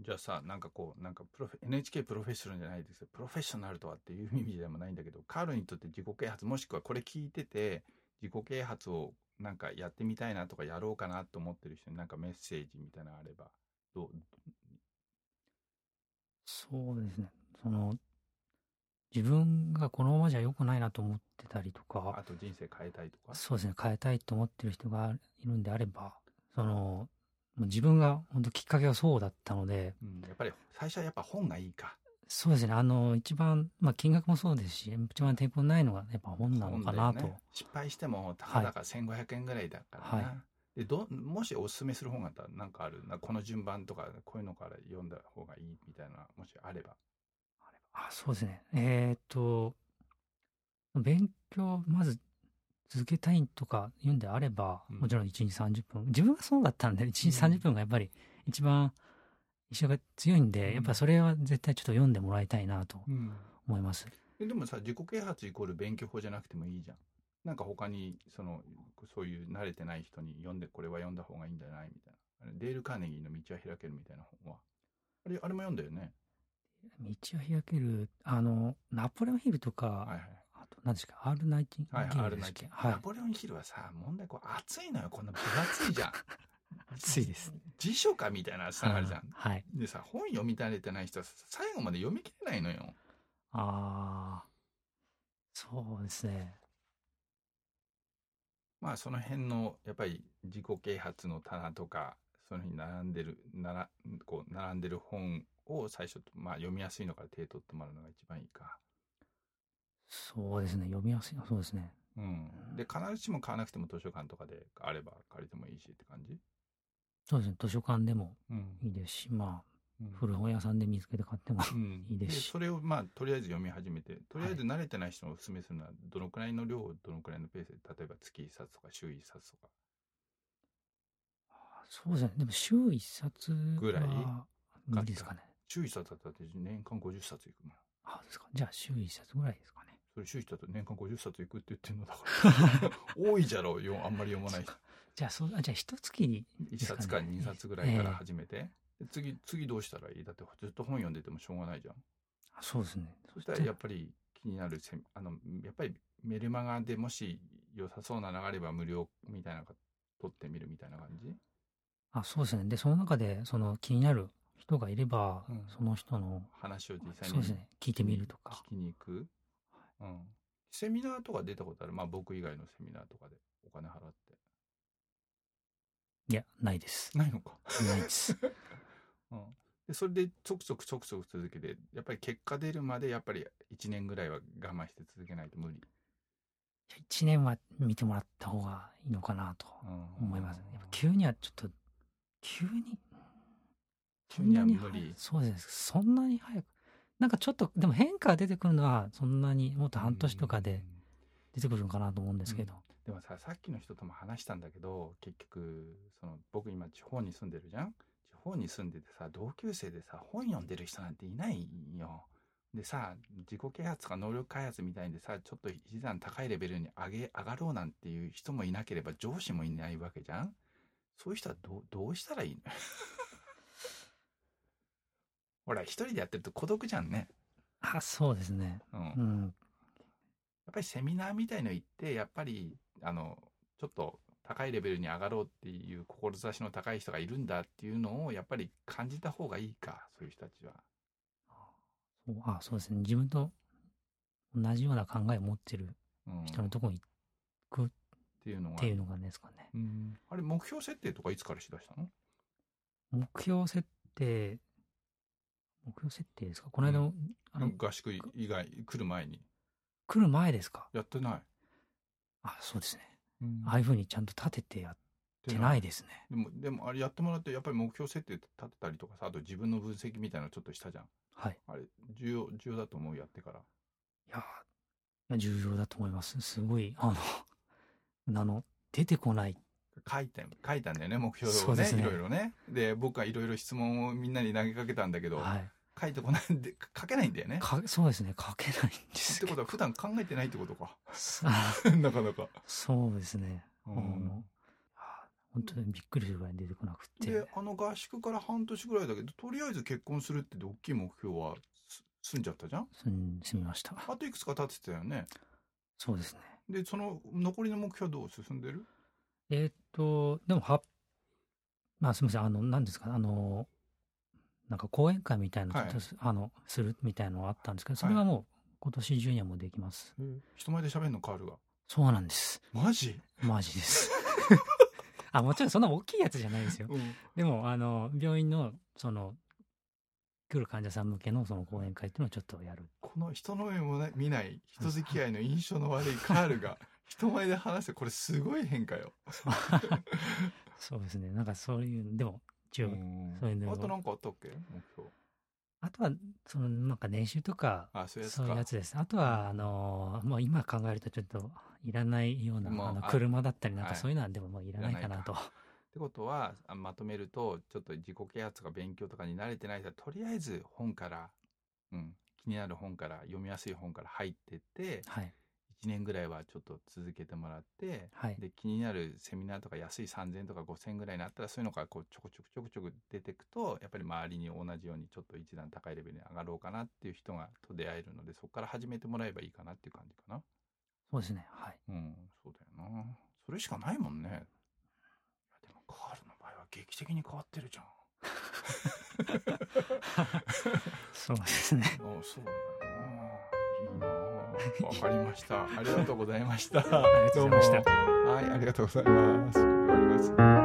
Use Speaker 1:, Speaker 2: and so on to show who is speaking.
Speaker 1: じゃあさ、なんかこう、なんかプロフェ NHK プロフェッショナルじゃないですよ。プロフェッショナルとはっていう意味でもないんだけど、カールにとって自己啓発、もしくはこれ聞いてて、自己啓発をなんかやってみたいなとかやろうかなと思ってる人になんかメッセージみたいなのあれば、どう、
Speaker 2: そうですね。その、自分がこのままじゃ良くないなと思ってたりとか、
Speaker 1: あと人生変えたいとか。
Speaker 2: そうですね、変えたいと思ってる人がいるんであれば、その、もう自分が本当きっかけはそうだったので、
Speaker 1: うん、やっぱり最初はやっぱ本がいいか。
Speaker 2: そうですね、あの、一番、まあ金額もそうですし、一番抵抗ないのがやっぱ本なのかな
Speaker 1: 本だ
Speaker 2: と。
Speaker 1: よね失敗しても、たかだか1500円ぐらいだからな。
Speaker 2: はい
Speaker 1: でどもしおすすめする本があったらなんかあるなこの順番とかこういうのから読んだ方がいいみたいなもしあれば
Speaker 2: あ、そうですね。えーっと、勉強、まず、続けたいとか言うんであれば、
Speaker 1: うん
Speaker 2: もちろん1日30分。自分がそうだったんで、1日30分がやっぱり一番印象が強いんで、
Speaker 1: うん
Speaker 2: やっぱそれは絶対ちょっと読んでもらいたいなと
Speaker 1: うん
Speaker 2: 思います。
Speaker 1: えでもさ自己啓発イコール勉強法じゃなくてもいいじゃんなんか他にそのそういう慣れてない人に読んでこれは読んだ方がいいんじゃないみたいなあれデール・カーネギーの道は開けるみたいな本はあれあれも読んだよね
Speaker 2: 道を開ける、あの、ナポレオンヒルとか、
Speaker 1: はい
Speaker 2: あと何ですか、アールナイティン
Speaker 1: はいはい
Speaker 2: ゲ
Speaker 1: はいあ
Speaker 2: ー
Speaker 1: れ
Speaker 2: ルで
Speaker 1: な
Speaker 2: す
Speaker 1: い
Speaker 2: っけ
Speaker 1: ナポレオンヒルはさ問題こう熱いのよこんな分厚 いじゃん
Speaker 2: 暑いです。
Speaker 1: 辞書かみたいなさあるじゃん
Speaker 2: はい。
Speaker 1: でさ本読み慣れてない人はさ最後まで読み切れないのよ
Speaker 2: ああ、そうですね。
Speaker 1: まあその辺のやっぱり自己啓発の棚とかその辺に並んでるならこう並んでる本を最初まあ読みやすいのから手取ってもらうのが一番いいか。
Speaker 2: そうですね。読みやすい。そうですね。
Speaker 1: うん、で必ずしも買わなくても図書館とかであれば借りてもいいしって感じ。
Speaker 2: そうですね。図書館でも
Speaker 1: うん
Speaker 2: いいですし、ま
Speaker 1: う
Speaker 2: あ、
Speaker 1: ん
Speaker 2: 古本屋さんで見つけて買っても。
Speaker 1: うん
Speaker 2: いいですし
Speaker 1: それをまあとりあえず読み始めてとりあえず慣れてない人におすすめするのはどのくらいの量をどのくらいのペースで例えば月1冊とか週1冊とか
Speaker 2: そうですね。でも週一冊
Speaker 1: ぐらい
Speaker 2: いいですかね。
Speaker 1: 週1冊だったら年間50冊いくもん
Speaker 2: あ、そうですか。じゃあ週一冊ぐらいですかね。
Speaker 1: それ周期だと年間50冊いくって言ってんのだ から多いじゃろうよあんまり読まない人
Speaker 2: じゃあ、そう、あじゃあ一月に、
Speaker 1: 1冊か
Speaker 2: ですね
Speaker 1: 2冊ぐらいか
Speaker 2: え
Speaker 1: ら
Speaker 2: え
Speaker 1: 始めて、で次次どうしたらいいだってずっと本読んでてもしょうがないじゃん
Speaker 2: あそうですね。
Speaker 1: そしたらやっぱり気になるせあのやっぱりメルマガでもし良さそうなのがあれば無料みたいなのが取ってみるみたいな感じ
Speaker 2: あ、そうですね。で、その中で、その気になる人がいれば、
Speaker 1: うん
Speaker 2: その人の、
Speaker 1: 話を実際
Speaker 2: そう
Speaker 1: に
Speaker 2: ですね。聞いてみるとか
Speaker 1: 聞。きに行く、うん、セミナーとか出たことあるまあ僕以外のセミナーとかでお金払って
Speaker 2: いや、ないです。
Speaker 1: ないのか
Speaker 2: ない です。
Speaker 1: うん、でそれでちょくちょくちょくちょく続けてやっぱり結果出るまでやっぱり1年ぐらいは我慢して続けないと無理、
Speaker 2: 一年は見てもらった方がいいのかなと
Speaker 1: うん
Speaker 2: 思いますね。やっぱ急にはちょっと、急に、
Speaker 1: 急には無
Speaker 2: そんなに
Speaker 1: 理
Speaker 2: 早くそうです。そんなに早く。なんかちょっと、でも変化が出てくるのは、そんなに、もっと半年とか
Speaker 1: うん
Speaker 2: で出てくるのかなと思うんですけど。
Speaker 1: でもささっきの人とも話したんだけど結局その僕今地方に住んでるじゃん地方に住んでてさ同級生でさ本読んでる人なんていないんよでさ自己啓発とか能力開発みたいでさちょっと一段高いレベルに上げ上がろうなんていう人もいなければ上司もいないわけじゃんそういう人はどうどうしたらいいの ほら一人でやってると孤独じゃんね、
Speaker 2: あ、そうですね。
Speaker 1: うん
Speaker 2: うん。
Speaker 1: やっぱりセミナーみたいの行ってやっぱりあのちょっと高いレベルに上がろうっていう志の高い人がいるんだっていうのをやっぱり感じた方がいいかそういう人たちは。
Speaker 2: そうあ、そうですね。自分と同じような考えを持ってる
Speaker 1: うん、っ
Speaker 2: 人のとこに行くって
Speaker 1: いうのが
Speaker 2: ていうのがですかね。
Speaker 1: うんあれ目標設定とかいつからしだしたの
Speaker 2: 目標設定、目標設定ですかこの間の、あの、
Speaker 1: 合宿以外来る前に
Speaker 2: 来る前ですか
Speaker 1: やってない。
Speaker 2: あ、そうですね。
Speaker 1: うん
Speaker 2: ああいうふうにちゃんと立ててやっ
Speaker 1: や
Speaker 2: てないですね。
Speaker 1: でもでもあれやってもらってやっぱり目標設定立てたりとかさあと自分の分析みたいなのちょっとしたじゃん
Speaker 2: はい。
Speaker 1: あれ重要重要だと思うやってから
Speaker 2: いやーいや、重要だと思います。すごい、 あの、あの、出てこない。
Speaker 1: 書いて書いたんだよね目標
Speaker 2: そ
Speaker 1: を
Speaker 2: うで
Speaker 1: ね
Speaker 2: すね
Speaker 1: いろいろねで僕はいろいろ質問をみんなに投げかけたんだけど、
Speaker 2: はい。
Speaker 1: 書いてこないんで 書けないんだよね
Speaker 2: か、そうですね。書けないんで
Speaker 1: っ
Speaker 2: す
Speaker 1: て
Speaker 2: け
Speaker 1: こ
Speaker 2: ど。
Speaker 1: とは普段考えて ないってことか
Speaker 2: あ
Speaker 1: なかなか、
Speaker 2: そうですね。
Speaker 1: う
Speaker 2: あの
Speaker 1: ん、
Speaker 2: あ本当にびっくりするぐらい出てこなく
Speaker 1: で
Speaker 2: て。
Speaker 1: あの合宿から半年ぐらいだけどとりあえず結婚するって大きい目標はす済んじゃったじゃん
Speaker 2: すん、すみました。
Speaker 1: あといくつか立ってたよね
Speaker 2: そうですね。
Speaker 1: でその残りの目標どう進んでる
Speaker 2: えーっと、でも、は、まあ、すみません、あの、何ですかね、あの、なんか講演会みたいなの
Speaker 1: はい
Speaker 2: ちょっとす、あの、するみたいなのがあったんですけど、それはもう今年中にはもうできます。
Speaker 1: 人前で喋んのカールが
Speaker 2: そうなんです。
Speaker 1: マジ、
Speaker 2: マジです。 あ、もちろんそんな大きいやつじゃないですよ。
Speaker 1: うん
Speaker 2: でも、あの、病院の、その、来る患者さん向けのその講演会っていうのをちょっとやる。
Speaker 1: この人の目もな見ない人付き合いの印象の悪いカール が人前で話してこれすごい変化よ
Speaker 2: そうですね。なんかそういう、でも、一応、
Speaker 1: うん
Speaker 2: そういうの
Speaker 1: あとなんかあったっけ目標
Speaker 2: あとは、その、なんか練習とか、
Speaker 1: あそういうやつ
Speaker 2: そういう
Speaker 1: か
Speaker 2: やつです。あとは、あのーもう今考えるとちょっといらないような、
Speaker 1: もう
Speaker 2: あの
Speaker 1: あ
Speaker 2: 車だったりなん
Speaker 1: は
Speaker 2: か
Speaker 1: い
Speaker 2: そういうのはでももういらないか
Speaker 1: いらな
Speaker 2: ない
Speaker 1: か
Speaker 2: と。
Speaker 1: ってことはあまとめるとちょっと自己啓発とか勉強とかに慣れてない人はとりあえず本から、うん、気になる本から読みやすい本から入ってって
Speaker 2: はい。
Speaker 1: 1年ぐらいはちょっと続けてもらって
Speaker 2: はい。
Speaker 1: で気になるセミナーとか安い3,000とか5,000ぐらいになったらそういうのがこうちょこちょこちょこちょこ出てくとやっぱり周りに同じようにちょっと一段高いレベルに上がろうかなっていう人がと出会えるのでそこから始めてもらえばいいかなっていう感じかな。
Speaker 2: そうですね。はい。
Speaker 1: うん、そうだよな。それしかないもんね。いやでもカールの場合は劇的に変わってるじゃん。
Speaker 2: そうです ね。
Speaker 1: あそうだよな。いいな。わかりま した。ありがとうございました。
Speaker 2: ありがとうございました
Speaker 1: どもはい、ありがとうございます。終わります。